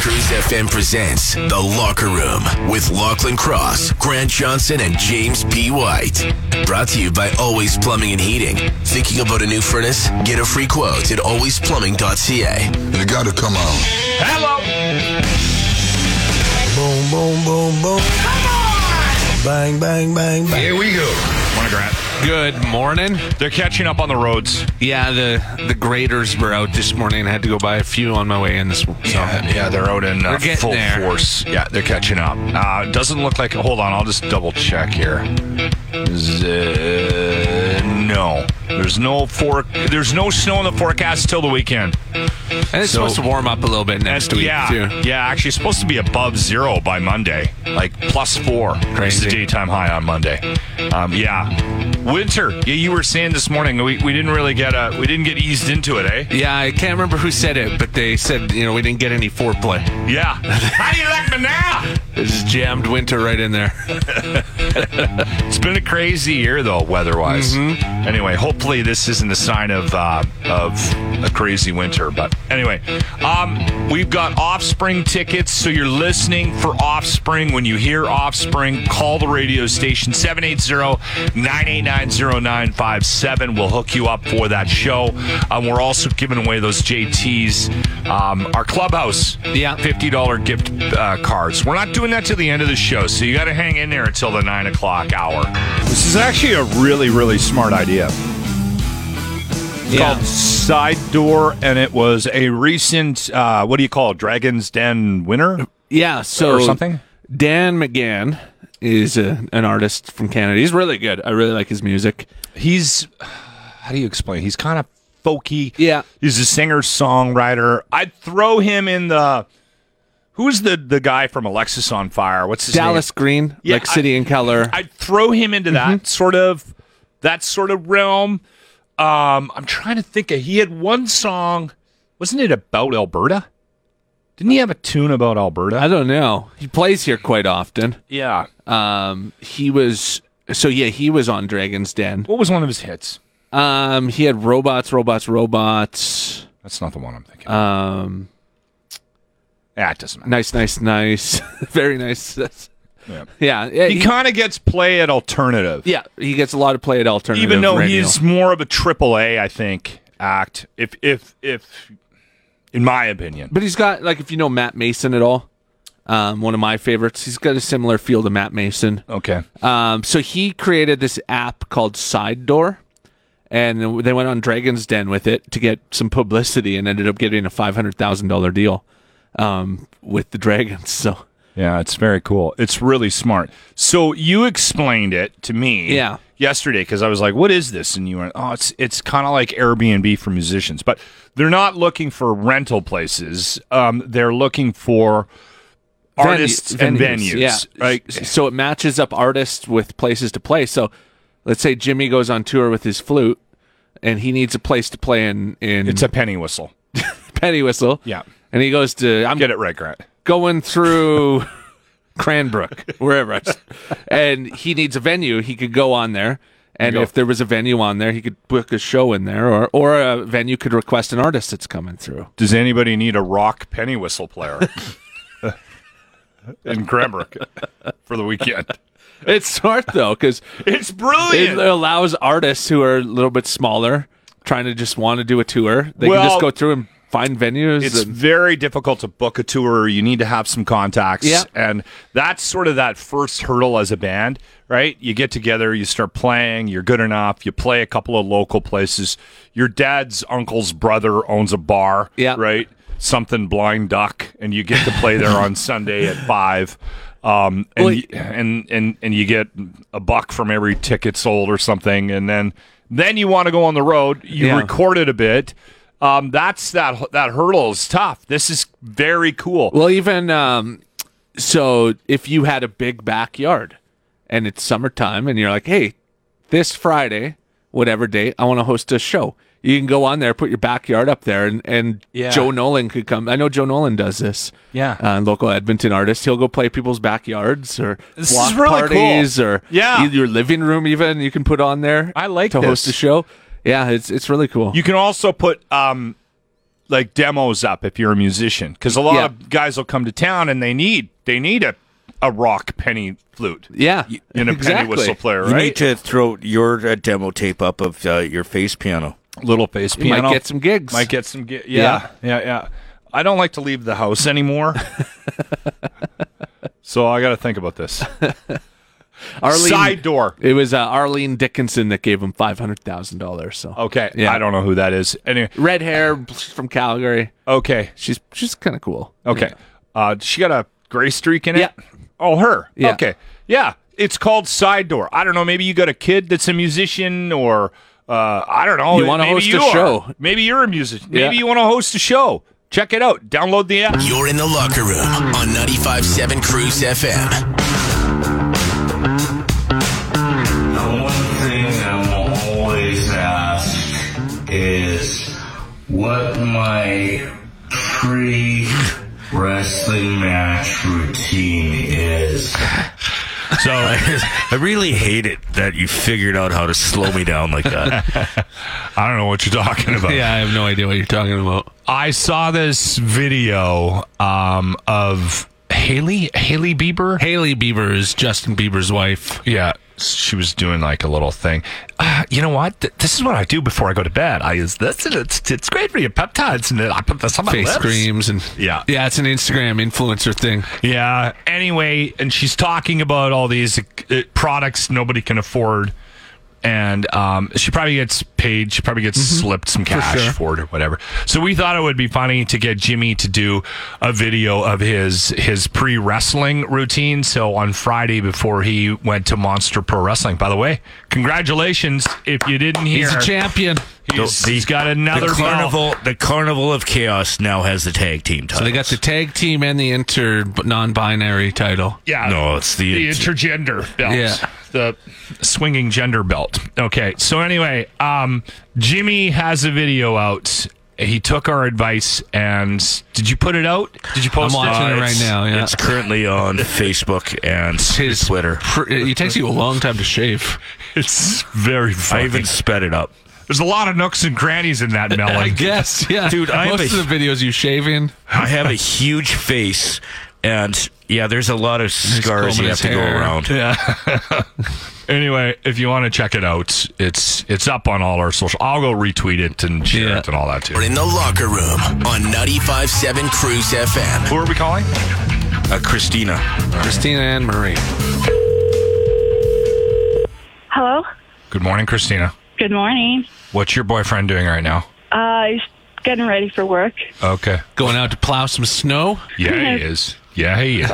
Cruise FM presents The Locker Room with Lachlan Cross, Grant Johnson, and James P. White. Brought to you by Always Plumbing and Heating. Thinking about a new furnace? Get a free quote at alwaysplumbing.ca. You gotta come on. Hello. Boom, boom, boom, boom. Bang, bang, bang, bang. Here we go. Morning, Grant. Good morning. They're catching up on the roads. Yeah, the the graders were out this morning. I had to go buy a few on my way in this morning. So. Yeah, yeah, they're out in uh, We're getting full there. force. Yeah, they're catching up. Uh, doesn't look like. Hold on, I'll just double check here. Z- no, there's no fork. There's no snow in the forecast till the weekend. And it's So- supposed to warm up a little bit next week, yeah, too. yeah. Actually, it's supposed to be above zero by Monday, like plus four. It's the Crazy. daytime high on Monday. Um, yeah, winter. Yeah, you were saying this morning we, we didn't really get a we didn't get eased into it, eh? Yeah, I can't remember who said it, but they said, you know, we didn't get any foreplay. Yeah. How do you like me now? It just jammed winter right in there. It's been a crazy year though, weather-wise. Anyway, hopefully this isn't a sign of uh, of a crazy winter. But anyway, um, we've got Offspring tickets, so you're listening for Offspring. When you hear Offspring, call the radio station 780-989-0957. We'll hook you up for that show. Um, we're also giving away those JTs, um, our clubhouse, Yeah. $50 gift uh, cards. We're not doing that till the end of the show, so you got to hang in there until the 9 o'clock hour. This is actually a really, really smart idea. Yeah. Called Side Door, and it was a recent, uh, what do you call it, Dragon's Den winner? Yeah, so Or something? Dan McGann is a, an artist from Canada. He's really good. I really like his music. He's, how do you explain? He's kind of folky. Yeah. He's a singer songwriter. I'd throw him in the, who's the, the guy from Alexis on Fire? What's his name? Dallas Green, Yeah, like City I- and Keller. I'd throw him into that sort of that sort of realm. Um, I'm trying to think of he had one song, wasn't it about Alberta? Didn't he have a tune about Alberta? I don't know. He plays here quite often. yeah. Um, he was so yeah, he was on Dragon's Den. What was one of his hits? Um, he had robots, robots, robots. That's not the one I'm thinking. Um, yeah, it doesn't matter. nice, nice, nice. Very nice. That's- Yeah. yeah, yeah. He he- kind of gets play at alternative, yeah, he gets a lot of play at alternative. even though radio. he's more of a triple A, I think act. If if if, in my opinion, but he's got like if you know Matt Mason at all, um, one of my favorites. He's got a similar feel to Matt Mason. okay. Um, so he created this app called Side Door, and they went on Dragon's Den with it to get some publicity, and ended up getting a five hundred thousand dollar deal um, with the Dragons. So Yeah, it's very cool. It's really smart. So you explained it to me Yeah. yesterday because I was like, "What is this?" And you went, "Oh, it's it's kind of like Airbnb for musicians, but they're not looking for rental places. Um, they're looking for artists Venu- and venues, yeah. right? S- So it matches up artists with places to play. So let's say Jimmy goes on tour with his flute, and he needs a place to play in in It's a penny whistle. penny whistle. Yeah. and he goes to I'm Get it right, Grant. going through Cranbrook, wherever, I s- and he needs a venue. He could go on there, and There you go. if there was a venue on there, he could book a show in there, or or a venue could request an artist that's coming through. Does anybody need a rock penny whistle player in Cranbrook for the weekend? It's smart though, because It's it brilliant. allows artists who are a little bit smaller, trying to just want to do a tour, they can Well, just go through and find venues. It's and- very difficult to book a tour. You need to have some contacts. Yeah. And that's sort of that first hurdle as a band, right? You get together, you start playing, you're good enough, you play a couple of local places. Your dad's uncle's brother owns a bar, Yeah. right? Something blind duck, and you get to play there on Sunday at five. Um, and, Well, y- and and and you get a buck from every ticket sold or something, and then then you want to go on the road. You Yeah. record it a bit, um, that's that that hurdle is tough. This is very cool. Well, even um, so, if you had a big backyard and it's summertime and you're like, hey, this Friday, whatever date, I want to host a show. You can go on there, put your backyard up there, and, and Yeah. Joe Nolan could come. I know Joe Nolan does this. Yeah. Uh, local Edmonton artist. He'll go play people's backyards or This block is really cool. parties or Yeah. e- your living room, even you can put on there. I like to host this. a show. Yeah, it's it's really cool. You can also put um, like demos up if you're a musician, because a lot Yeah. of guys will come to town and they need they need a a rock penny flute yeah, and a penny whistle player, You need right? to throw your uh, demo tape up of uh, your face piano. Little bass You might get some gigs. Might get some. Gi- yeah, yeah, yeah, I don't like to leave the house anymore, so I got to think about this. Arlene- Side door. It was uh, Arlene Dickinson that gave him five hundred thousand dollars. So Okay, Yeah. I don't know who that is. Anyway, red hair she's from Calgary. okay, She's she's kind of cool. okay. Uh, she got a gray streak in it. Yeah. Oh, her. Yeah. Okay. Yeah, it's called side door. I don't know. Maybe you got a kid that's a musician, or uh, I don't know. You wanna Maybe host a you are. show. Maybe you're a musician. Yeah. Maybe you want to host a show. Check it out. Download the app. You're in the locker room on 95.7 Cruise FM. The one thing I'm always asked is what my pre wrestling match routine is. So I really hate it that you figured out how to slow me down like that. I don't know what you're talking about. Yeah, I have no idea what you're talking about. I saw this video um, of Haley Haley Bieber. Haley Bieber is Justin Bieber's wife. Yeah, she was doing like a little thing. Uh, you know what? Th- this is what I do before I go to bed. I use this, and it's it's great for your peptides, and I put this on my Face lips. creams and Yeah. yeah, it's an Instagram influencer thing. Yeah. Anyway, and she's talking about all these uh, products nobody can afford, and um, she probably gets paid. She probably gets slipped some cash for, sure. it or whatever. So we thought it would be funny to get Jimmy to do a video of his his pre wrestling routine. So on Friday before he went to Monster Pro Wrestling. By the way, congratulations if you didn't hear. He's a champion. He's- The- he's got another the belt. carnival, the carnival of chaos now has the tag team title. So they got the tag team and the inter non-binary title. Yeah. no, it's the, the intergender belt. Yeah. The swinging gender belt. Okay. So anyway, um, Jimmy has a video out. He took our advice and did you put it out? Did you post I'm watching it? it right now. Yeah. It's currently on Facebook and His Twitter. pr- it takes you a long time to shave. It's very I funny. even sped it up. There's a lot of nooks and crannies in that melon. I guess. Yeah. Dude, I'm most a- of the videos you shaving. I have a huge face, and yeah, there's a lot of scars combing you have his to go hair. around. Anyway, if you want to check it out, it's it's up on all our social. I'll go retweet it and share Yeah. it and all that too. We're in the locker room on 95.7 Cruise FM. Who are we calling? Uh, Christina, Christina and Marie. Hello. Good morning, Christina. Good morning. What's your boyfriend doing right now? Uh, he's getting ready for work. Okay. Going out to plow some snow. Yeah, he is. Yeah, he is.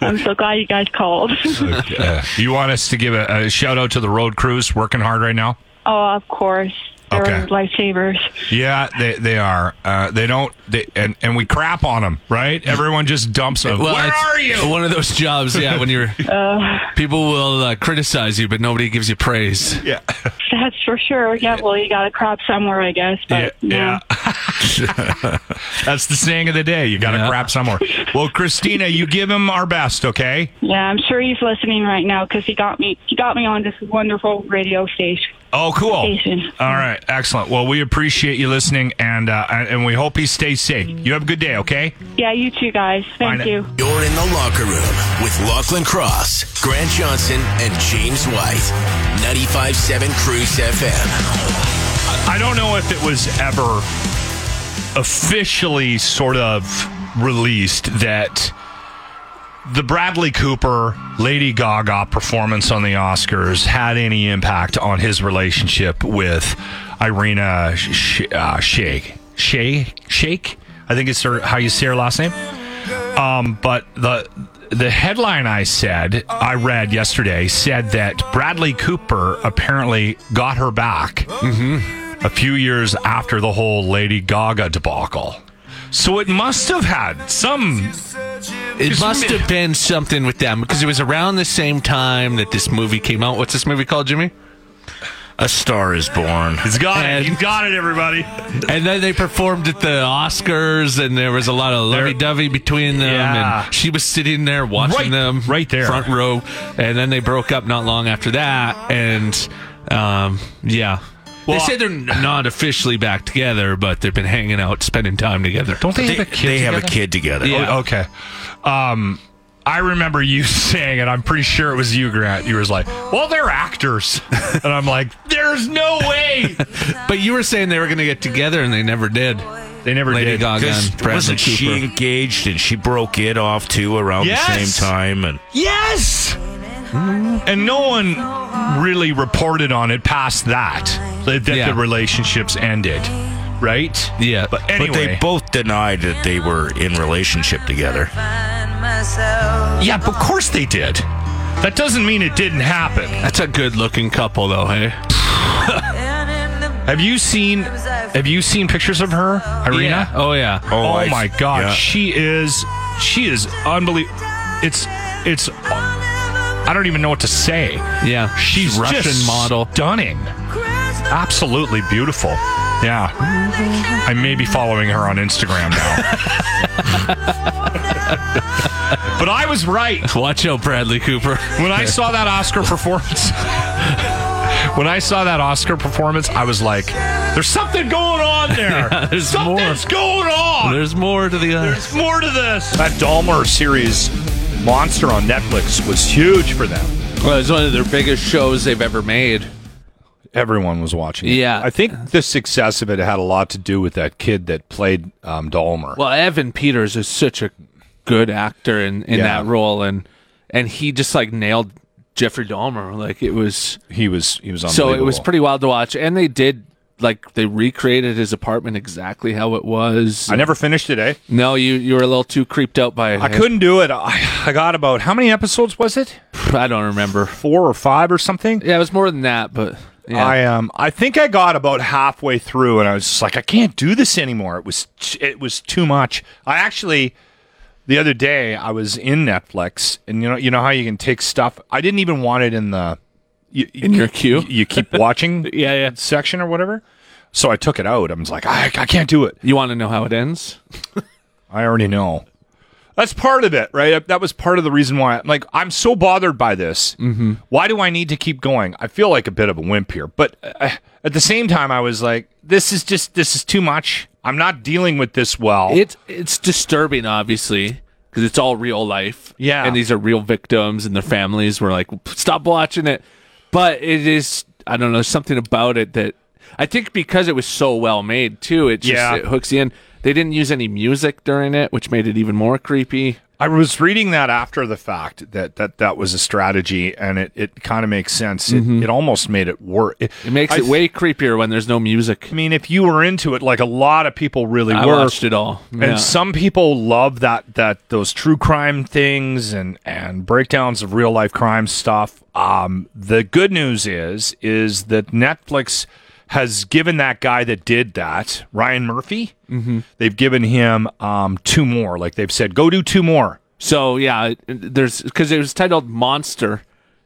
I'm so glad you guys called. Uh, you want us to give a, a shout out to the road crews working hard right now? oh, of course. They're Okay. lifesavers. Yeah, they they are. Uh, they don't. They, and and we crap on them, right? Everyone just dumps them. Where it's are you? One of those jobs, yeah, when you're. people will uh, criticize you, but nobody gives you praise. Yeah, That's for sure. Yeah, well, you got to crop somewhere, I guess. But Uh, yeah. That's the saying of the day. You got to Yeah. crap somewhere. Well, Christina, you give him our best, okay? yeah, I'm sure he's listening right now because he got me. He got me on this wonderful radio station. Oh, cool. All Station. right, excellent. Well, we appreciate you listening, and uh, and and we hope he stays safe. You have a good day, okay? Yeah, you too, guys. Thank Fine. you. You're in the locker room with Lachlan Cross, Grant Johnson, and James White. 95.7 Cruise FM. I don't know if it was ever officially sort of released that the Bradley Cooper Lady Gaga performance on the Oscars had any impact on his relationship with Irina Sh- uh, Shayk. Shay Shake, I think it's her, how you say her last name. Um, but the the headline I said I read yesterday said that Bradley Cooper apparently got her back a few years after the whole Lady Gaga debacle. So it must have had some. It must have been something with them because it was around the same time that this movie came out. What's this movie called, Jimmy? A Star is Born. He's got And- it. He's got it, everybody. And then they performed at the Oscars, and there was a lot of lovey dovey between them. Yeah. And she was sitting there watching Right- them, right there. front row. And then they broke up not long after that. And um, yeah, Well, they said they're n- not officially back together, but they've been hanging out, spending time together. Don't They, they have a kid together. Oh, Yeah. Oh, Okay. Um, I remember you saying, and I'm pretty sure it was you, Grant. You was like, "Well, they're actors," and I'm like, "There's no way But you were saying they were going to get together, and they never did. they never Lady did." Gaga Because and Oh, Bradley wasn't Cooper. she engaged and she broke it off too around the Yes! same time? And Yes. And no one really reported on it past that that, that Yeah. the relationships ended, right? Yeah. But anyway, but they both denied that they were in relationship together. yeah, but of course they did. That doesn't mean it didn't happen. That's a good looking couple, though, hey? Have you seen Have you seen pictures of her, Irina? Yeah. Oh, yeah. Oh, I- my God, yeah. she is she is unbelievable. It's it's I don't even know what to say. Yeah. She's Russian just model. stunning, absolutely beautiful. Yeah, I may be following her on Instagram now. but I was right Watch out, Bradley Cooper. when I saw that Oscar performance. when I saw that Oscar performance, I was like, "There's something going on there. there's Something's going on. There's more to the uh, There's more to this." That Dahmer series, Monster on Netflix, was huge for them. Well, it's one of their biggest shows they've ever made. Everyone was watching. it. Yeah. I think the success of it had a lot to do with that kid that played um, Dahmer. Well, Evan Peters is such a good actor in, in Yeah. that role, and and he just like nailed Jeffrey Dahmer. Like it was he was he was so unbelievable. it was pretty wild to watch, and they did like they recreated his apartment exactly how it was. I never finished it. Eh? no, you you were a little too creeped out by it. I couldn't do it. I, I got about how many episodes was it? I don't remember. Four or five or something. Yeah, it was more than that, but yeah. I um I think I got about halfway through and I was just like I can't do this anymore. It was it was too much. I actually the other day I was in Netflix and you know you know how you can take stuff. I didn't even want it in the you, In your queue? You, you keep watching Yeah, yeah. section or whatever. So I took it out. I was like I, I can't do it. you want to know how it ends? I already know. That's part of it, right? That was part of the reason why. I'm like, I'm so bothered by this. Mm-hmm. Why do I need to keep going? I feel like a bit of a wimp here, but uh, at the same time, I was like, this is just this is too much. I'm not dealing with this well. It's it's disturbing, obviously, because it's all real life. Yeah. and these are real victims, and their families were like, "Stop watching it." But it is, I don't know, something about it that I think because it was so well made too, it just Yeah. it hooks you in. They didn't use any music during it, which made it even more creepy. I was reading that after the fact that that, that was a strategy, and it, it kind of makes sense. Mm-hmm. It, it almost made it worse. It makes I it way creepier when there's no music. I mean, if you were into it, like a lot of people really I were, watched it all. Yeah. And some people love that that those true crime things and and breakdowns of real life crime stuff. Um, the good news is is that Netflix has given that guy that did that Ryan Murphy. Mm-hmm. They've given him um, two more. Like they've said, go do two more. So yeah, it- there's because it was titled Monster,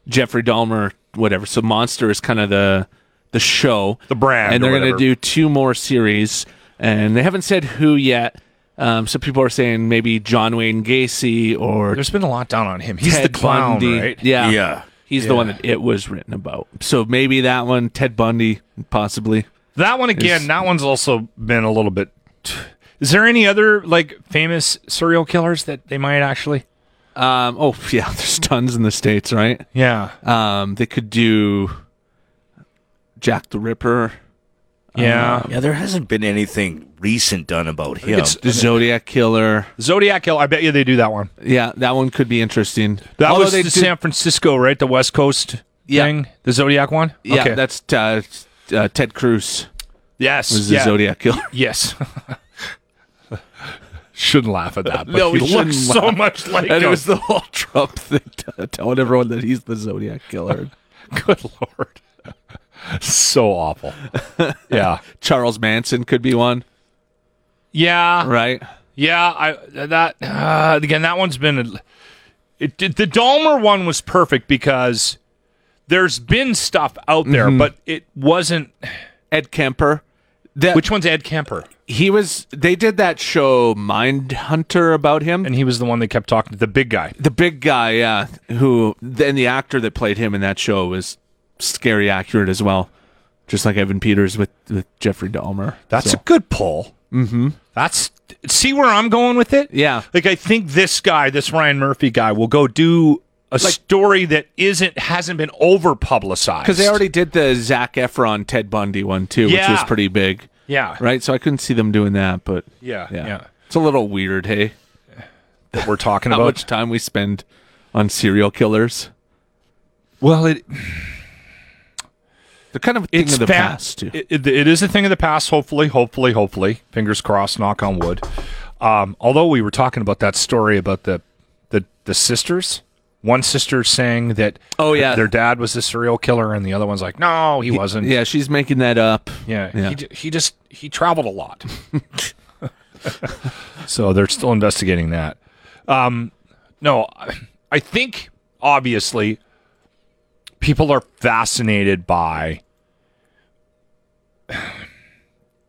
Jeffrey Dahmer, whatever. So Monster is kind of the the show, The brand and or they're going to whatever. do two more series, and they haven't said who yet. Um, so people are saying maybe John Wayne Gacy or There's been a lot down on him. He's Ted the clown, Bundy. right? Yeah, Yeah. He's the one that it was written about. So maybe that one, Ted Bundy, possibly. That one again. Is- that one's also been a little bit. Is there any other like famous serial killers that they might actually? Um, oh yeah, there's tons in the states, right? Yeah, Um, they could do Jack the Ripper. Uh, yeah. Yeah, there hasn't been anything recent done about him. It's- The Zodiac Killer. Zodiac Hill. I bet you they do that one. Yeah, that one could be interesting. That Although was they the did- San Francisco, right? The West Coast Yeah. thing. The Zodiac one. Yeah, Okay. that's uh, uh, Ted Cruz yes. was the yeah. Zodiac Killer. Yes. shouldn't laugh at that. But No, we he looks shouldn't so laugh. much like and it him. was the whole Trump thing t- telling everyone that he's the Zodiac Killer. good lord. so awful. Yeah. Charles Manson could be one, Yeah. right? Yeah, I that uh, again. That one's been a- it, it- the Dahmer one was perfect because there's been stuff out there, but it wasn't. Ed Kemper. That, Which one's Ed Kemper? he was they did that show Mind Hunter about him. And he was the one they kept talking to the big guy. the big guy, yeah, who then the actor that played him in that show was scary accurate as well. Just like Evan Peters with, with Jeffrey Dahmer. That's So- a good pull. Mm-hmm. That's see where I'm going with it. Yeah. like I think this guy, this Ryan Murphy guy, will go do a story that isn't hasn't been over publicized Because they already did the Zach Efron Ted Bundy one too, which was Yeah. pretty big, yeah right? So I couldn't see them doing that, but Yeah, yeah. it's a little weird. Hey, that we're talking how about. much time we spend on serial killers? well, it They're kind of a thing of the fa- past too. It, it- it is a thing of the past. Hopefully, hopefully, hopefully. Fingers crossed. Knock on wood. Um, although we were talking about that story about the the the sisters. One sister saying that Oh, yeah. their dad was a serial killer, and the other one's like, no, he wasn't. yeah, she's making that up. Yeah, Yeah. He, j- he just he traveled a lot. so they're still investigating that. Um, no, I- I think obviously people are fascinated by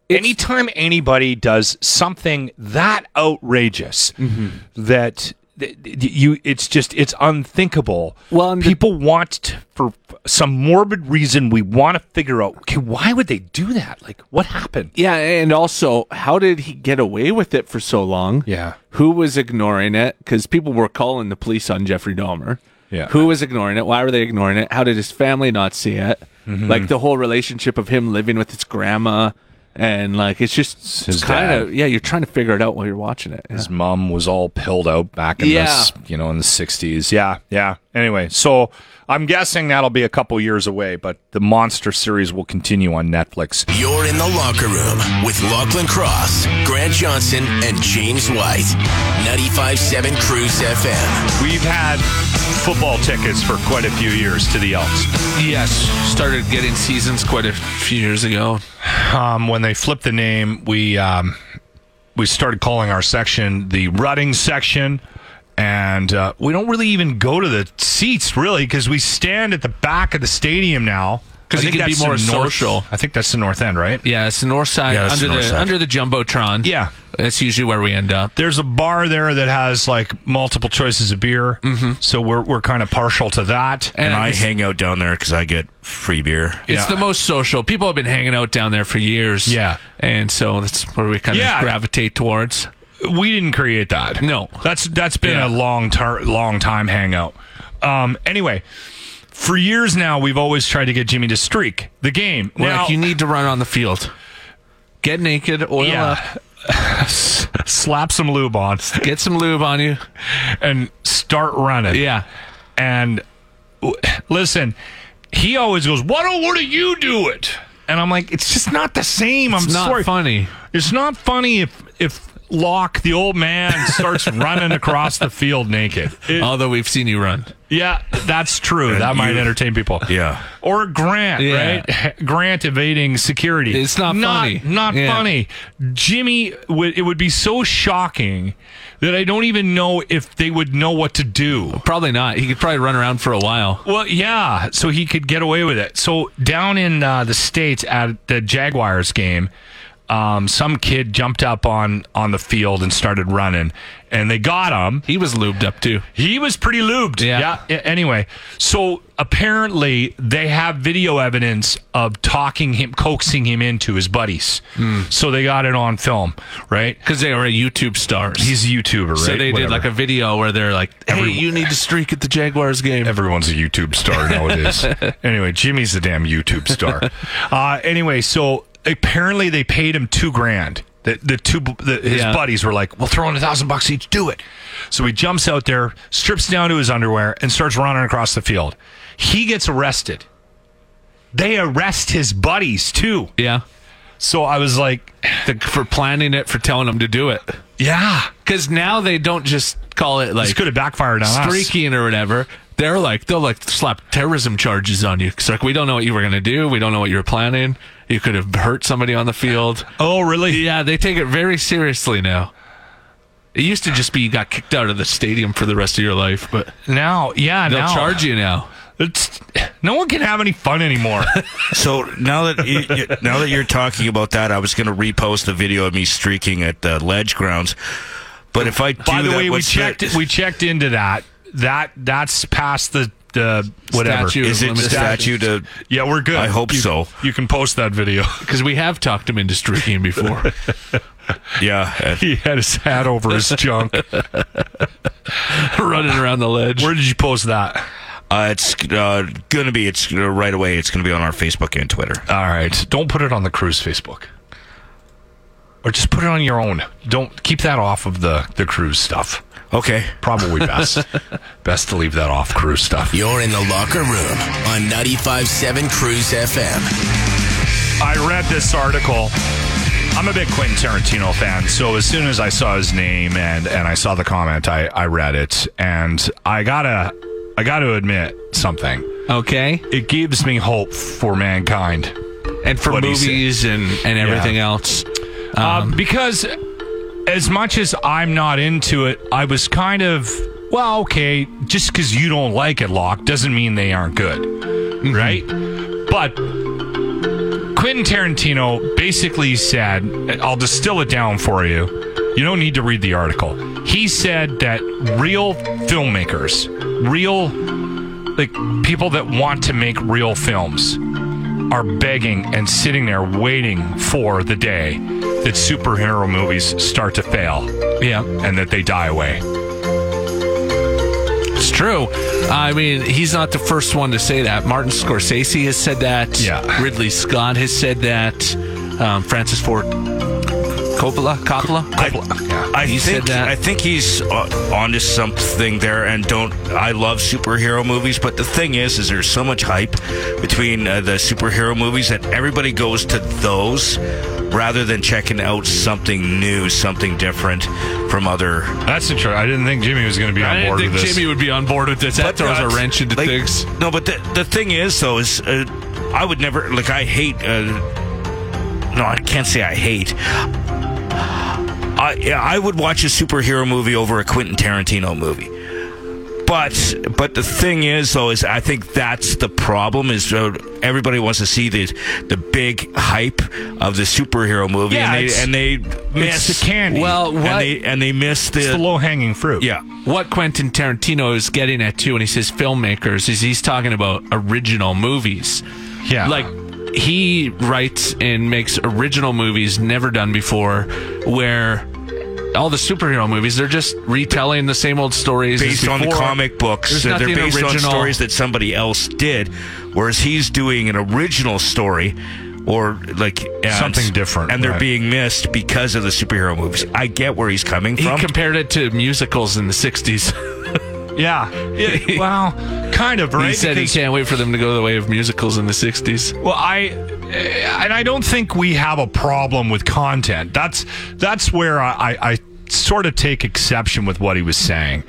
anytime anybody does something that outrageous Mm-hmm. that th- th- you it's just it's unthinkable Well, and the- people want to, for some morbid reason we want to figure out okay why would they do that like what happened Yeah, and also, how did he get away with it for so long? Yeah. Who was ignoring it? Because people were calling the police on Jeffrey Dahmer. Yeah. Who was ignoring it? Why were they ignoring it? How did his family not see it? Like the whole relationship of him living with his grandma. And like it's just his kind dad. of yeah, you're trying to figure it out while you're watching it. Yeah. his mom was all pilled out back in Yeah. this you know in the 60s yeah yeah anyway so i'm guessing that'll be a couple years away but the monster series will continue on netflix You're in the locker room with Lachlan Cross, Grant Johnson, and James White. 95.7 Cruise FM. we've had football tickets for quite a few years to the elks Yes, started getting seasons quite a few years ago. um, when they flipped the name, we um, we started calling our section the rutting section, and uh, we don't really even go to the seats really because we stand at the back of the stadium now. 'Cause I you think can be that's more the north, social. I think that's the north end, right? Yeah, it's the north side Yeah, it's under the the, north side. under the jumbotron. Yeah. that's usually where we end up. There's a bar there that has like multiple choices of beer, mm-hmm. so we're we're kind of partial to that. And I it's- hang out down there because I get free beer. It's Yeah. the most social. People have been hanging out down there for years. Yeah. and so that's where we kind of Yeah. gravitate towards. we didn't create that. No. that's that's been Yeah. a long tar- long time hangout. Um, anyway, for years now, we've always tried to get Jimmy to streak the game. We're now like, you need to run on the field. Get naked, oil yeah, uh, slap some lube on up, get some lube on you. and start running. Yeah, and w- listen, he always goes, "Why don't what do you do it?" And I'm like, "It's just not the same." I'm it's not sorry. funny. It's not funny if if Locke, the old man, starts running across the field naked. It- Although we've seen you run. Yeah, that's true. that might entertain people. Yeah. Or Grant, Yeah. right? Grant evading security. It's not funny. Not Yeah. funny. Jimmy, would- it would be so shocking that I don't even know if they would know what to do. Probably not. He could probably run around for a while. Well, yeah, so he could get away with it. So down in uh, the states at the Jaguars game, um, some kid jumped up on on the field and started running, and they got him. He was lubed up too. He was pretty lubed. Yeah. a- Anyway, so apparently they have video evidence of talking him, coaxing him into his buddies. Hmm. So they got it on film, right? Because they were a YouTube stars. He's a YouTuber, right? so they did Whatever. like a video where they're like, "Hey, Every- you need to streak at the Jaguars game." Everyone's a YouTube star nowadays. anyway, Jimmy's the damn YouTube star. uh, anyway, so apparently they paid him two grand. The, the two the, his Yeah. buddies were like, "We'll throw in a thousand bucks each. Do it." So he jumps out there, strips down to his underwear, and starts running across the field. He gets arrested. They arrest his buddies too. yeah, So I was like, The- for planning it, for telling them to do it. "Yeah, Because now they don't just call it this like could have backfired on us." streaking or whatever. They're like they'll like slap terrorism charges on you. It's like we don't know what you were gonna do. We don't know what you were planning. You could have hurt somebody on the field. Oh, really? Yeah, they take it very seriously now. It used to just be you got kicked out of the stadium for the rest of your life, but Now, yeah, they'll now charge you now. It's, no one can have any fun anymore. So now that you, you, now that you're talking about that, I was going to repost the video of me streaking at the ledge grounds. But if I do By the that, way, we what's the- checked we checked into that. That that's past the the whatever. Statute. Is it Limit statue to? Yeah, we're good. I hope You- so. You can post that video. Because we have talked him into streaking before. Yeah, He had his hat over his junk. running around the ledge. Where did you post that? uh, it's uh, gonna be. It's uh, right away. It's gonna be on our Facebook and Twitter. All right, don't put it on the cruise Facebook, or just put it on your own. Don't keep that off of the the cruise stuff. Okay. Probably best best to leave that off cruise stuff. You're in the locker room on 95.7 Cruise FM. I read this article. I'm a big Quentin Tarantino fan, so as soon as I saw his name and and I saw the comment, I I read it, and I gotta I gotta admit something. Okay. It gives me hope for mankind. And for What he said. movies and, and everything else. Um, because as much as I'm not into it, I was kind of well, okay. Just because you don't like it, Locke, doesn't mean they aren't good, right? But Quentin Tarantino basically said, "I'll distill it down for you. You don't need to read the article." He said that real filmmakers, real like people that want to make real films are begging and sitting there waiting for the day that superhero movies start to fail Yeah. and that they die away. It's true. I mean, he's not the first one to say that. Martin Scorsese has said that. Yeah. Ridley Scott has said that. Um, Francis Ford Coppola. Coppola. I, I He said think that. I think he's uh, onto something there. And don't I love superhero movies? But the thing is, is there's so much hype between uh, the superhero movies that everybody goes to those rather than checking out something new, something different from other. That's the truth. I didn't think Jimmy was going to be on board with this. would be on board with this. But, uh, like- No, but the, the thing is, though, is uh, I would never like I hate. Uh, no, I can't say I hate. I yeah, I would watch a superhero movie over a Quentin Tarantino movie. But but the thing is though is I think that's the problem is uh, everybody wants to see the the big hype of the superhero movie Yeah, it's- and they and they it's miss the candy. Well, what- and they and they miss the, It's the low hanging fruit. yeah What Quentin Tarantino is getting at too when he says filmmakers is he's talking about original movies. Yeah. Like he writes and makes original movies never done before where all the superhero movies they're just retelling the same old stories as based on the before. comic books. There's They're nothing based on original. stories that somebody else did, whereas he's doing an original story or like and- Something different, and they're right. being missed because of the superhero movies. I get where he's coming He from. compared it to musicals in the 60s. Yeah. Yeah, well, kind of, right? he said Because- he can't wait for them to go the way of musicals in the 60s. Well, I eh, and I don't think we have a problem with content. That's that's where I, I, I sort of take exception with what he was saying.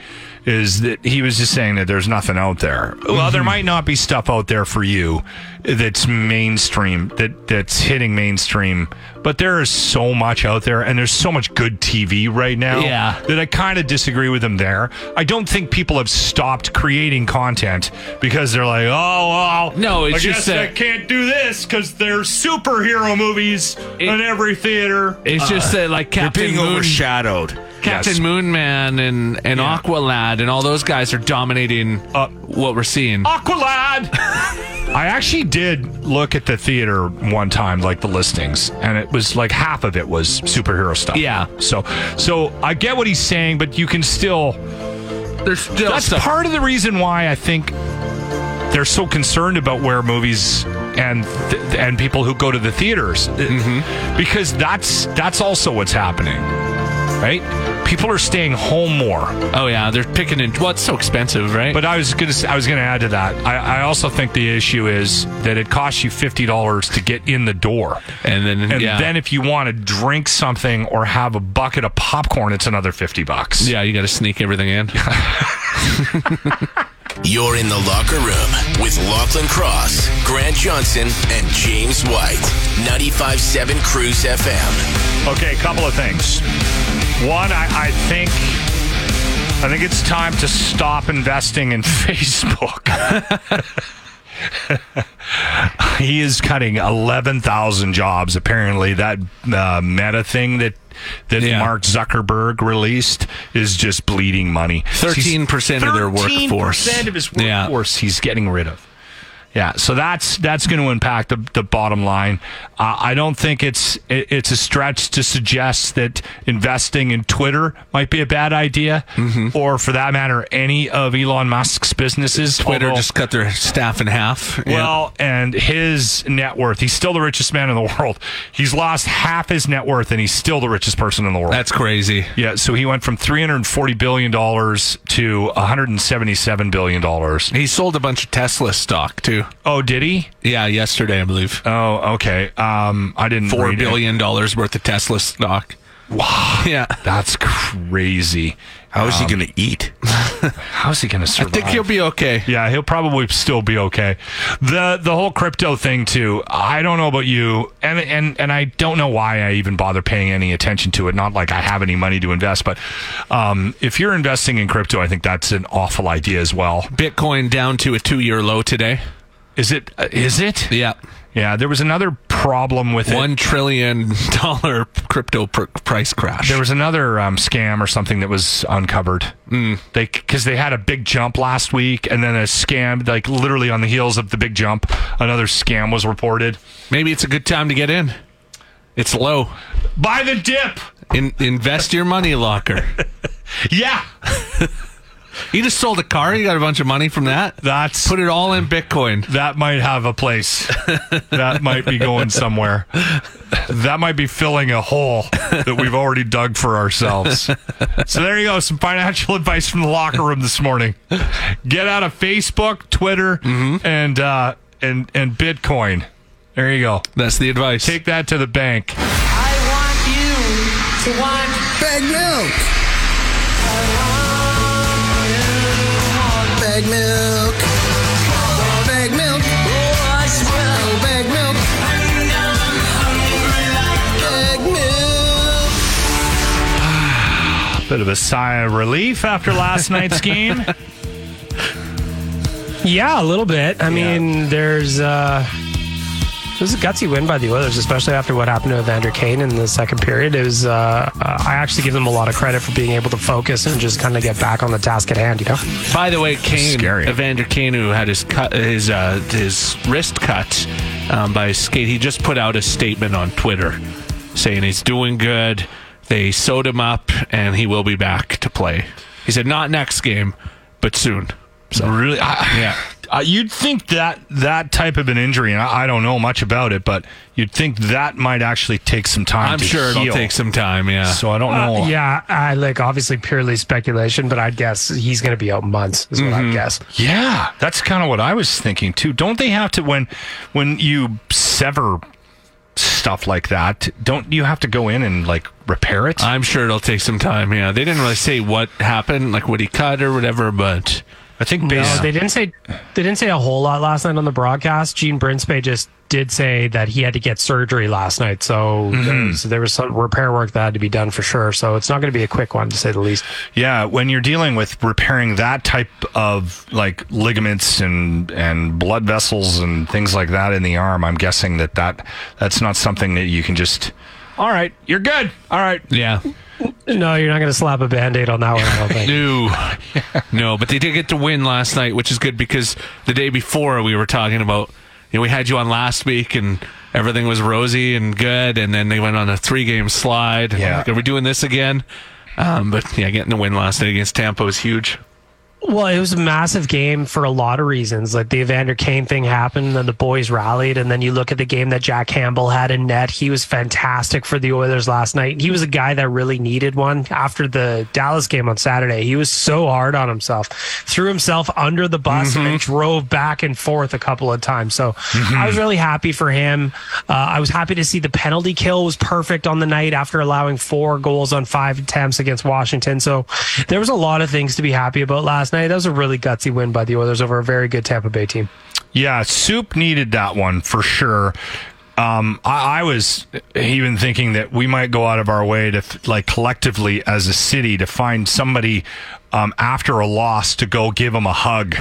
Is that he was just saying that there's nothing out there. Well, Mm-hmm. there might not be stuff out there for you that's mainstream, that that's hitting mainstream, but there is so much out there, and there's so much good TV right now Yeah. that I kind of disagree with him there. I don't think people have stopped creating content because they're like, oh, well, No, it's I just guess that- I can't do this because there's superhero movies in every theater. Uh, It's just that like they're Captain being Moon, overshadowed. Captain Yes. Moonman and and Yeah. Aqualad and all those guys are dominating Uh, what we're seeing. Aqualad. I actually did look at the theater one time, like the listings, and it was like half of it was superhero stuff. Yeah. So, so I get what he's saying, but you can still. There's still That's stuff. part of the reason why I think they're so concerned about where movies and th- and people who go to the theaters Uh, because that's that's also what's happening, right? People are staying home more. oh yeah, they're picking and well, it's so expensive, right? But uh, I was gonna s- I was gonna add to that. I, I also think the issue is that it costs you fifty dollars to get in the door. and then And yeah, then if you want to drink something or have a bucket of popcorn, it's another fifty bucks. yeah, you got to sneak everything in. You're in the locker room with Lachlan Cross, Grant Johnson, and James White. 95.7 Cruise FM. Okay, a couple of things. One, I, I think I think it's time to stop investing in Facebook. he is cutting eleven thousand jobs. Apparently, that uh, Meta thing that that Yeah. Mark Zuckerberg released is just bleeding money. 13% of their workforce. 13% of his Yeah. workforce he's getting rid of. Yeah, so that's that's going to impact the, the bottom line. Uh, I don't think it's it, it's a stretch to suggest that investing in Twitter might be a bad idea, Mm-hmm. or for that matter, any of Elon Musk's businesses. Twitter although- just cut their staff in half. Yeah. well, and his net worth. He's still the richest man in the world. He's lost half his net worth, and he's still the richest person in the world. that's crazy. yeah, so he went from three hundred forty billion dollars to one hundred and seventy-seven billion dollars. He sold a bunch of Tesla stock too. Oh, did he? Yeah, yesterday I believe Oh, okay. Um, I didn't four read it. billion dollars worth of Tesla stock. Wow. Yeah. That's crazy. How is he going to eat? How's he going to I survive? think he'll be okay. yeah, he'll probably still be okay. the The whole crypto thing too. I don't know about you, and and and I don't know why I even bother paying any attention to it. Not like I have any money to invest, but um, if you're investing in crypto, I think that's an awful idea as well. Bitcoin down to a two-year low today. Is it? Uh, is it? Yeah, Yeah. There was another problem with it. one trillion dollar crypto pr- price crash. There was another um, scam or something that was uncovered. Mm. They because they had a big jump last week, and then a scam like literally on the heels of the big jump, another scam was reported. Maybe it's a good time to get in. It's low. Buy the dip. In- invest your money locker. Yeah, You just sold a car. You got a bunch of money from that. that's Put it all in Bitcoin. that might have a place. that might be going somewhere. That might be filling a hole that we've already dug for ourselves. So there you go. Some financial advice from the locker room this morning. Get out of Facebook, Twitter, and uh, and and Bitcoin. There you go. That's the advice. Take that to the bank. I want you to want Bag milk. Bag milk. Bag milk. us well. Oh, bag milk. Bag milk. Bit of a sigh of relief after last night's game. Yeah, a little bit. I mean, there's uh it was a gutsy win by the Oilers, especially after what happened to Evander Kane in the second period. It was, uh, I actually give them a lot of credit for being able to focus and just kind of get back on the task at hand, you know? By the way, Kane, Scary. Evander Kane, who had his cut, his uh, his wrist cut um, by his skate, he just put out a statement on Twitter saying he's doing good. They sewed him up, and he will be back to play. He said not next game, but soon. Really? I, Yeah. Uh, you'd think that that type of an injury, and I, I don't know much about it, but you'd think that might actually take some time. I'm to sure heal. it'll take some time. Yeah. So I don't know. Uh, yeah, I like obviously purely speculation, but I'd guess he's going to be out months, is what I'd guess. Yeah, that's kind of what I was thinking too. Don't they have to when when you sever stuff like that? Don't you have to go in and like repair it? I'm sure it'll take some time. Yeah. They didn't really say what happened, like what he cut or whatever, but I think No, based they didn't say they didn't say a whole lot last night on the broadcast. Gene Brinspey just did say that he had to get surgery last night, so there, was, there was some repair work that had to be done for sure. So it's not going to be a quick one, to say the least. Yeah, when you're dealing with repairing that type of like ligaments and and blood vessels and things like that in the arm, I'm guessing that that that's not something that you can just. All right, you're good. All right. yeah. No, you're not going to slap a band aid on that one. I don't think. No, no, but they did get to win last night, which is good because the day before we were talking about, you know, we had you on last week and everything was rosy and good, and then they went on a three-game slide. And Yeah. like, are we doing this again? Um, but yeah, getting the win last night against Tampa was huge. Well, it was a massive game for a lot of reasons. Like the Evander Kane thing happened, then the boys rallied, and then you look at the game that Jack Campbell had in net. He was fantastic for the Oilers last night. He was a guy that really needed one after the Dallas game on Saturday. He was so hard on himself, threw himself under the bus, and then drove back and forth a couple of times. So I was really happy for him. Uh, I was happy to see the penalty kill was perfect on the night after allowing four goals on five attempts against Washington. So there was a lot of things to be happy about last last night. That was a really gutsy win by the Oilers over a very good Tampa Bay team. Yeah, Soup needed that one for sure. Um, I, I was even thinking that we might go out of our way to, f- like, collectively as a city to find somebody um, after a loss to go give them a hug.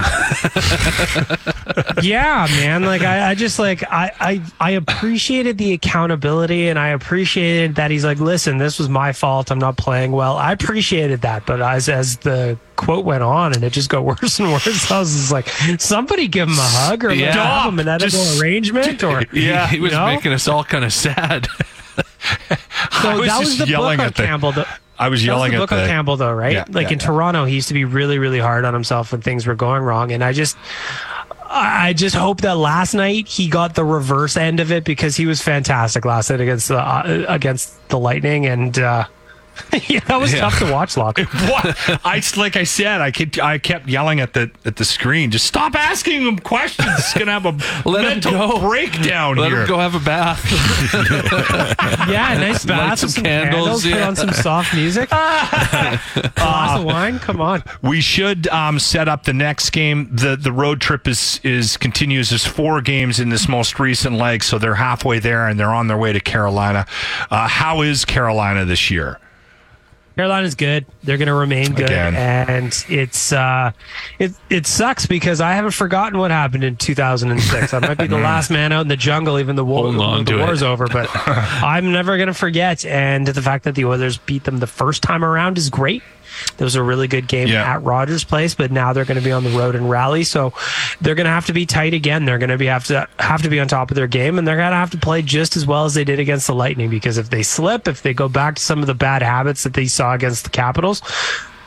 yeah, man. Like I, I just like I, I I appreciated the accountability and I appreciated that he's like, listen, this was my fault. I'm not playing well. I appreciated that, but as as the quote went on and it just got worse and worse, I was just like, somebody give him a hug or Yeah. yeah. have him an edible Just- arrangement or he, he was you know? making us all kind of sad. So I was that just was the yelling book on at the- Campbell. though. I was That yelling the at book on the- Campbell, though, right? Yeah, like yeah, in yeah. Toronto, he used to be really, really hard on himself when things were going wrong, and I just, I I just hope that last night he got the reverse end of it because he was fantastic last night against the uh, against the Lightning, and uh, yeah, that was Yeah. tough to watch. Lock. what? I like I said, I kept I kept yelling at the at the screen. Just stop asking him questions. He's gonna have a Let him mental go. breakdown Let here. him go have a bath. Yeah, nice Light bath, some with some candles, candles, put yeah. on some soft music, glass of wine. Come on. We should um, set up the next game. the The road trip is is continues. There's four games in this most recent leg, so they're halfway there and they're on their way to Carolina. Uh, how is Carolina this year? Carolina's good. They're going to remain good, Again. and it's uh, it it sucks because I haven't forgotten what happened in 2006. I might be the last man out in the jungle, even the war Hold on the to war's it. over, but I'm never going to forget. And the fact that the Oilers beat them the first time around is great. There was a really good game Yeah. at Rogers Place, but now they're going to be on the road and rally, so they're going to have to be tight again. They're going to be have to have to be on top of their game, and they're going to have to play just as well as they did against the Lightning. Because if they slip, if they go back to some of the bad habits that they saw against the Capitals,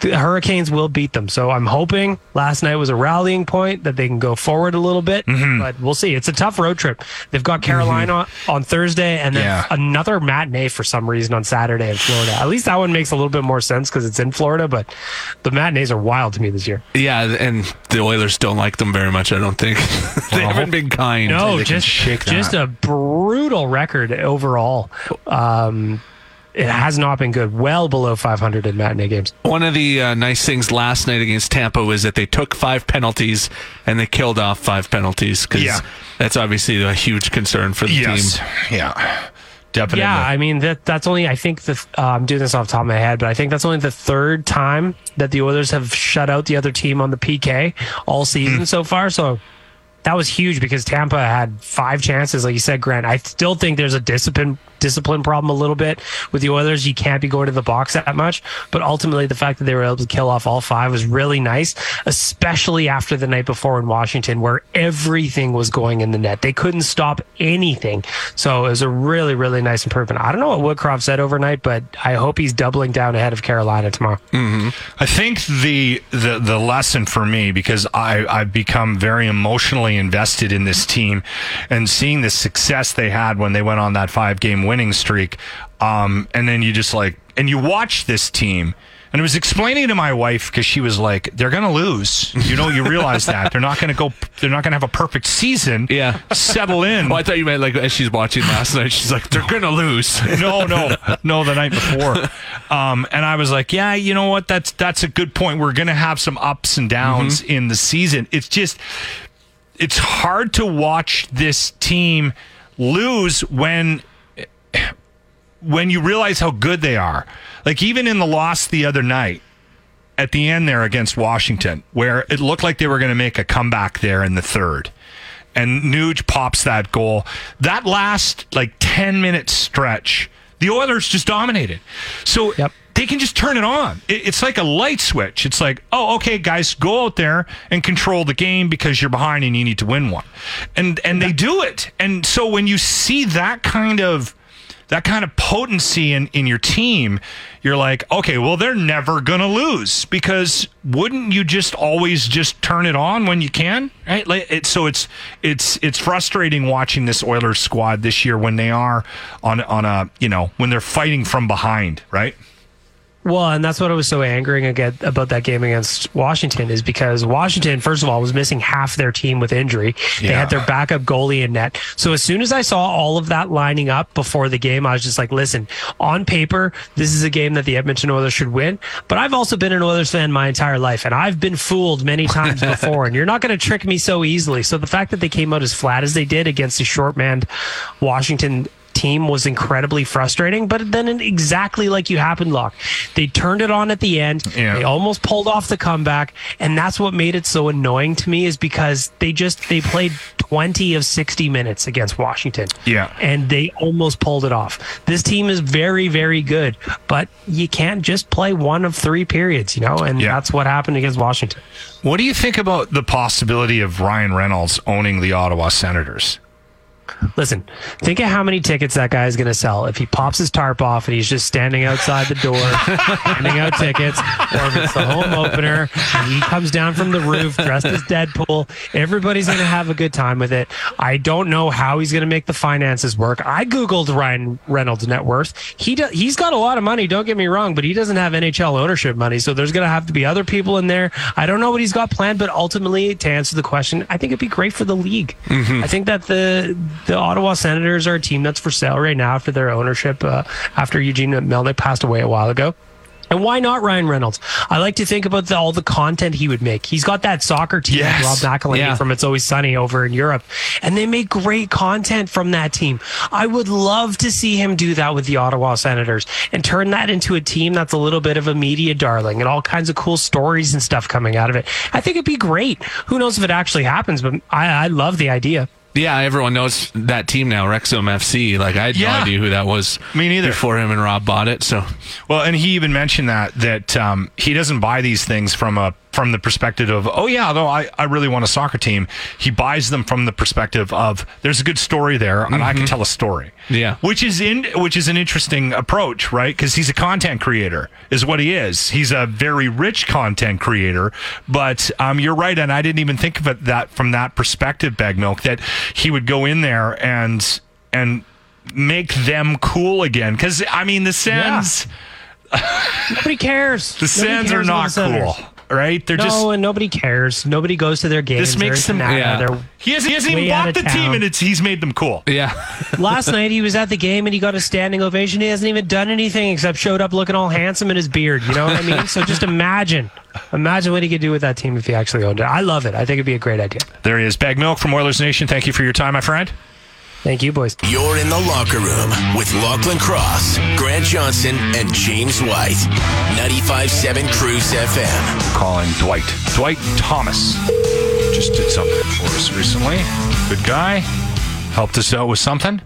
the Hurricanes will beat them. So I'm hoping last night was a rallying point that they can go forward a little bit, but we'll see. It's a tough road trip. They've got Carolina on Thursday, and then Yeah. another matinee for some reason on Saturday in Florida. At least that one makes a little bit more sense because it's in Florida, but the matinees are wild to me this year. yeah, and the Oilers don't like them very much. I don't think they haven't been kind. No, Oh, just just a brutal record overall. Um, it has not been good. Well below 500 in matinee games. One of the uh, nice things last night against Tampa was that they took five penalties and they killed off five penalties because Yeah. that's obviously a huge concern for the team. yeah, definitely. Yeah, I mean that that's only I think the uh, I'm doing this off the top of my head, but I think that's only the third time that the Oilers have shut out the other team on the PK all season so far. So that was huge because Tampa had five chances, like you said, Grant. I still think there's a discipline discipline problem a little bit with the Oilers. You can't be going to the box that much, but ultimately the fact that they were able to kill off all five was really nice, especially after the night before in Washington where everything was going in the net. They couldn't stop anything, so it was a really really nice improvement. I don't know what Woodcroft said overnight, but I hope he's doubling down ahead of Carolina tomorrow. I think the the the lesson for me because I I've become very emotionally invested in this team, and seeing the success they had when they went on that five game winning streak, um, and then you just like and you watch this team. And I was explaining to my wife because she was like, "They're going to lose. You know, you realize that they're not going to go. They're not going to have a perfect season. Yeah. settle in. Well, I thought you meant like as she's watching last night, she's like, they're gonna lose. no, no, no, the night before. Um, and I was like, yeah, you know what? That's that's a good point. We're gonna have some ups and downs in the season. It's just it's hard to watch this team lose when when you realize how good they are. Like even in the loss the other night at the end there against Washington, where it looked like they were going to make a comeback there in the third. And Nuge pops that goal. That last like 10 minute stretch, the Oilers just dominated. So Yep. they can just turn it on. It- it's like a light switch. It's like, oh, okay, guys, go out there and control the game because you're behind and you need to win one. And and they do it. And so when you see that kind of that kind of potency in, in your team, you're like, okay, well, they're never going to lose because wouldn't you just always just turn it on when you can? Right. Like, it, so it's, it's, it's frustrating watching this Oilers squad this year when they are on, on a, you know, when they're fighting from behind, right? Well, and that's what I was so angering aga about that game against Washington is because Washington, first of all, was missing half their team with injury. They had their backup goalie in net. So as soon as I saw all of that lining up before the game, I was just like, listen, on paper, this is a game that the Edmonton Oilers should win. But I've also been an Oilers fan my entire life, and I've been fooled many times before, and you're not going to trick me so easily. So the fact that they came out as flat as they did against a short-manned Washington team was incredibly frustrating. But then, in- exactly like you happened, Locke, they turned it on at the end. Yeah. They almost pulled off the comeback, and that's what made it so annoying to me is because they just they played 20 of 60 minutes against Washington. Yeah. and they almost pulled it off. This team is very, very good, but you can't just play one of three periods, you know, and Yeah. that's what happened against Washington. What do you think about the possibility of Ryan Reynolds owning the Ottawa Senators? Listen, think of how many tickets that guy is going to sell if he pops his tarp off and he's just standing outside the door handing out tickets, or if it's the home opener and he comes down from the roof dressed as Deadpool. Everybody's going to have a good time with it. I don't know how he's going to make the finances work. I googled Ryan Reynolds' net worth. He do, he's got a lot of money. Don't get me wrong, but he doesn't have NHL ownership money, so there's going to have to be other people in there. I don't know what he's got planned, but ultimately, to answer the question, I think it'd be great for the league. I think that the the Ottawa Senators are a team that's for sale right now after their ownership uh, after Eugene Melnick passed away a while ago. And why not Ryan Reynolds? I like to think about the, all the content he would make. He's got that soccer team, Yes. Rob McElhinney Yeah. from It's Always Sunny over in Europe, and they make great content from that team. I would love to see him do that with the Ottawa Senators and turn that into a team that's a little bit of a media darling and all kinds of cool stories and stuff coming out of it. I think it'd be great. Who knows if it actually happens, but I, I love the idea. Yeah, everyone knows that team now, Rexham FC. Like I had Yeah. no idea who that was. Me neither. Before him and Rob bought it, so Well, and he even mentioned that that um, he doesn't buy these things from a from the perspective of oh yeah, though I, I really want a soccer team. He buys them from the perspective of there's a good story there, and I can tell a story. Yeah. which is in which is an interesting approach, right? Because he's a content creator, is what he is. He's a very rich content creator. But um, you're right, and I didn't even think of it that from that perspective, Bag Milk, that he would go in there and and make them cool again. Because I mean, the Sens. Nobody cares. The Sens are not cool, right? They're No, uh, just. and nobody cares. Nobody goes to their games. This makes They're them. in Canada. yeah. They're- He hasn't, he hasn't Way even out bought of the team, town. and it's he's made them cool. yeah, Last night he was at the game and he got a standing ovation. He hasn't even done anything except showed up looking all handsome in his beard. You know what I mean? So just imagine, imagine what he could do with that team if he actually owned it. I love it. I think it'd be a great idea. There he is, Bag Milk from Oilers Nation. Thank you for your time, my friend. Thank you, boys. You're in the locker room with Lachlan Cross, Grant Johnson, and James White. 95.7 Cruise FM. Calling Dwight. Dwight Thomas just did something for us recently. Good guy. Helped us out with something.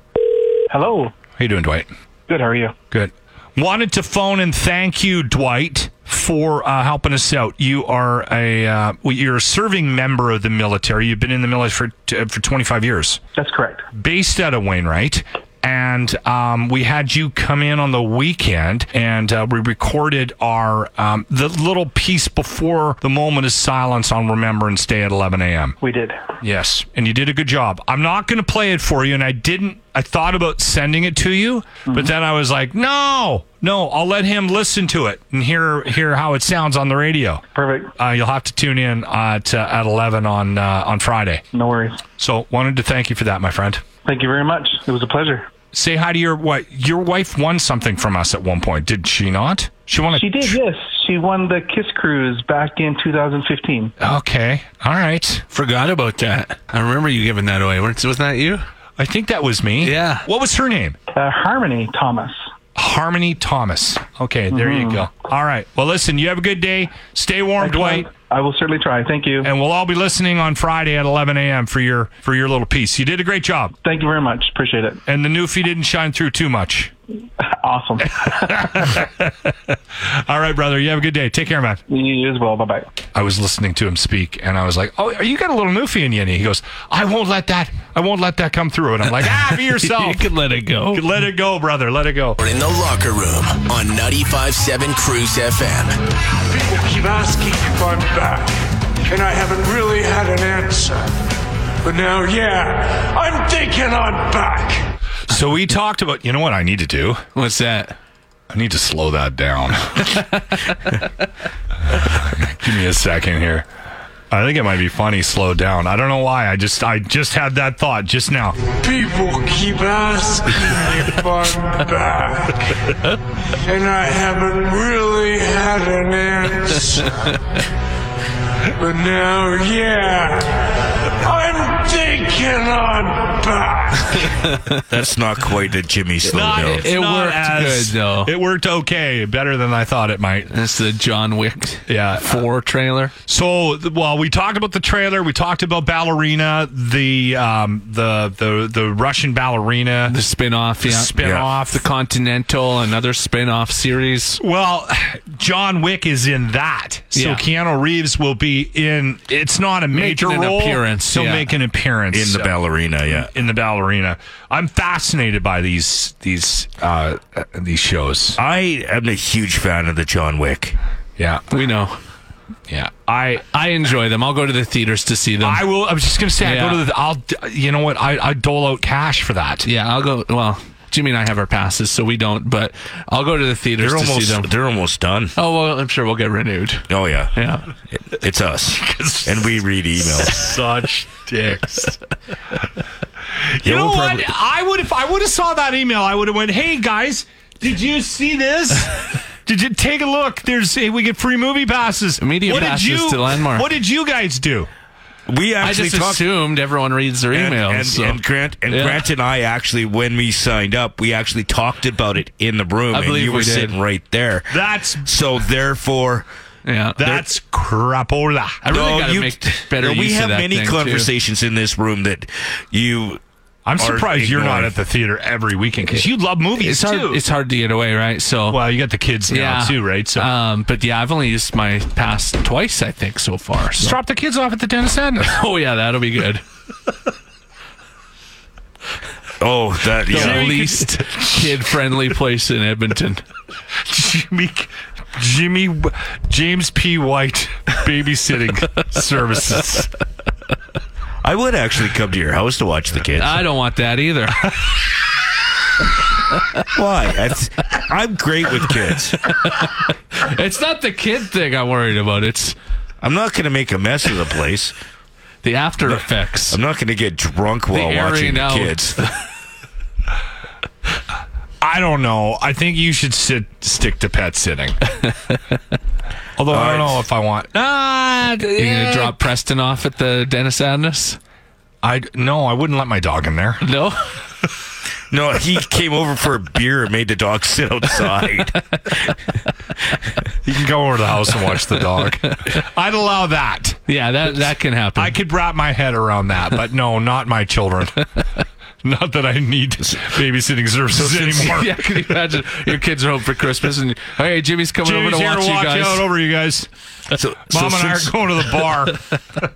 Hello. How you doing, Dwight? Good. How are you? Good. Wanted to phone and thank you, Dwight, for uh, helping us out. You are a uh, well, you're a serving member of the military. You've been in the military for, for 25 years. That's correct. based out of Wainwright. And um, we had you come in on the weekend, and uh, we recorded our um, the little piece before the moment of silence on Remembrance Day at 11 a.m. We did. Yes, and you did a good job. I'm not going to play it for you, and I didn't. I thought about sending it to you, but then I was like, no, no, I'll let him listen to it and hear hear how it sounds on the radio. Perfect. Uh, you'll have to tune in at uh, at 11 on uh, on Friday. Mm-hmm. No worries. So wanted to thank you for that, my friend. Thank you very much. It was a pleasure. say hi to your what your wife won something from us at one point did she not she won a She did. tr- Yes, she won the Kiss Cruise back in 2015. okay all right forgot about that. I remember you giving that away. Weren't- Wasn't that you? i think that was me Yeah. what was her name Uh, Harmony Thomas. harmony thomas okay there you Mm-hmm. go all right well listen you have a good day stay warm dwight I will certainly try. Thank you. and we'll all be listening on friday at 11 a.m for your for your little piece you did a great job Thank you very much. Appreciate it. and the newfie didn't shine through too much Awesome. all right brother you have a good day take care man you as well. Bye bye. I was listening to him speak, and I was like, "Oh, you got a little newfie in you." And he goes, "I won't let that. I won't let that come through." And I'm like, "Ah, be yourself. You can let it go. Let it go, brother. Let it go." We're in the locker room on 95.7 Cruise FM. People keep asking if I'm back, and I haven't really had an answer. But now, yeah, I'm thinking I'm back. So we talked about, you know what I need to do? What's that? I I need to slow that down. Give me a second here. I think it might be funny. Slow down. I don't know why. I just I just had that thought just now. People keep asking if I'm back, and I haven't really had an answer. But now, yeah, I'm thinking I'm back. That's not quite a Jimmy Slow down. It's not as- It worked okay, better than I thought it might. That's the John Wick yeah. four trailer. So, th- well, we talked about the trailer. We talked about ballerina, the um, the the the Russian ballerina. The spin-off, yeah. spin-off. The Continental, another spin-off series. Well, John Wick is in that, so Yeah. Keanu Reeves will be in. It's not a major Making an role. appearance, He'll yeah. make an appearance in the So- ballerina, yeah. in the ballerina. I'm fascinated by these these uh, these shows. I am a huge fan of the John Wick. Yeah, We know. yeah. I I enjoy them. I'll go to the theaters to see them. I will. I was just gonna say. I Yeah. go to the. I'll. You know what? I I dole out cash for that. yeah, I'll go. Well, Jimmy and I have our passes, so we don't. But I'll go to the theaters They're to see them. almost they're almost done. Oh well, I'm sure we'll get renewed. Oh yeah, Yeah. it's us, and we read emails. Such dicks. you Yeah, know we'll what? probably- I would if I would have saw that email. I would have went, "Hey guys, did you see this? did you take a look? There's hey, we get free movie passes, Media what passes did you, to Landmark. What did you guys do? We I actually just talked. assumed everyone reads their and, emails. and, so. and Grant and Yeah. Grant and I actually, when we signed up, we actually talked about it in the room, I and believe you were we did. sitting right there. That's so therefore, yeah. that's crapola. I really no, gotta you- make better We use of have that many thing, too. conversations in this room that you. I'm are surprised you're not ignoring. at the theater every weekend because you love movies It's hard. too. It's hard to get away, right? So well, you got the kids now too, right? So um, but yeah, I've only used my pass twice, I think, so far. So. drop the kids off at the dentist end. Oh yeah, that'll be good. Oh, that The yeah. least kid-friendly place in Edmonton. Jimmy, Jimmy, James P. White babysitting services. I would actually come to your house to watch the kids. I don't want that either. Why? That's, I'm great with kids. It's not the kid thing I'm worried about. It's I'm not going to make a mess of the place. the after effects. I'm not going to get drunk while The watching airing the out. kids. I don't know. I think you should sit stick to pet sitting. Although I don't know if I want. Ah, you're gonna drop Preston off at the Dennis Adness? I no, I wouldn't let my dog in there. No, No, he came over for a beer and made the dog sit outside. You can go over to the house and watch the dog. I'd allow that. yeah, that that can happen. I could wrap my head around that, but no, not my children. Not that I need babysitting services anymore. yeah, can you imagine your kids are home for Christmas and hey, Jimmy's coming Jimmy's over to here, watch you watch guys. out over you guys. So, Mom and so I are since- going to the bar.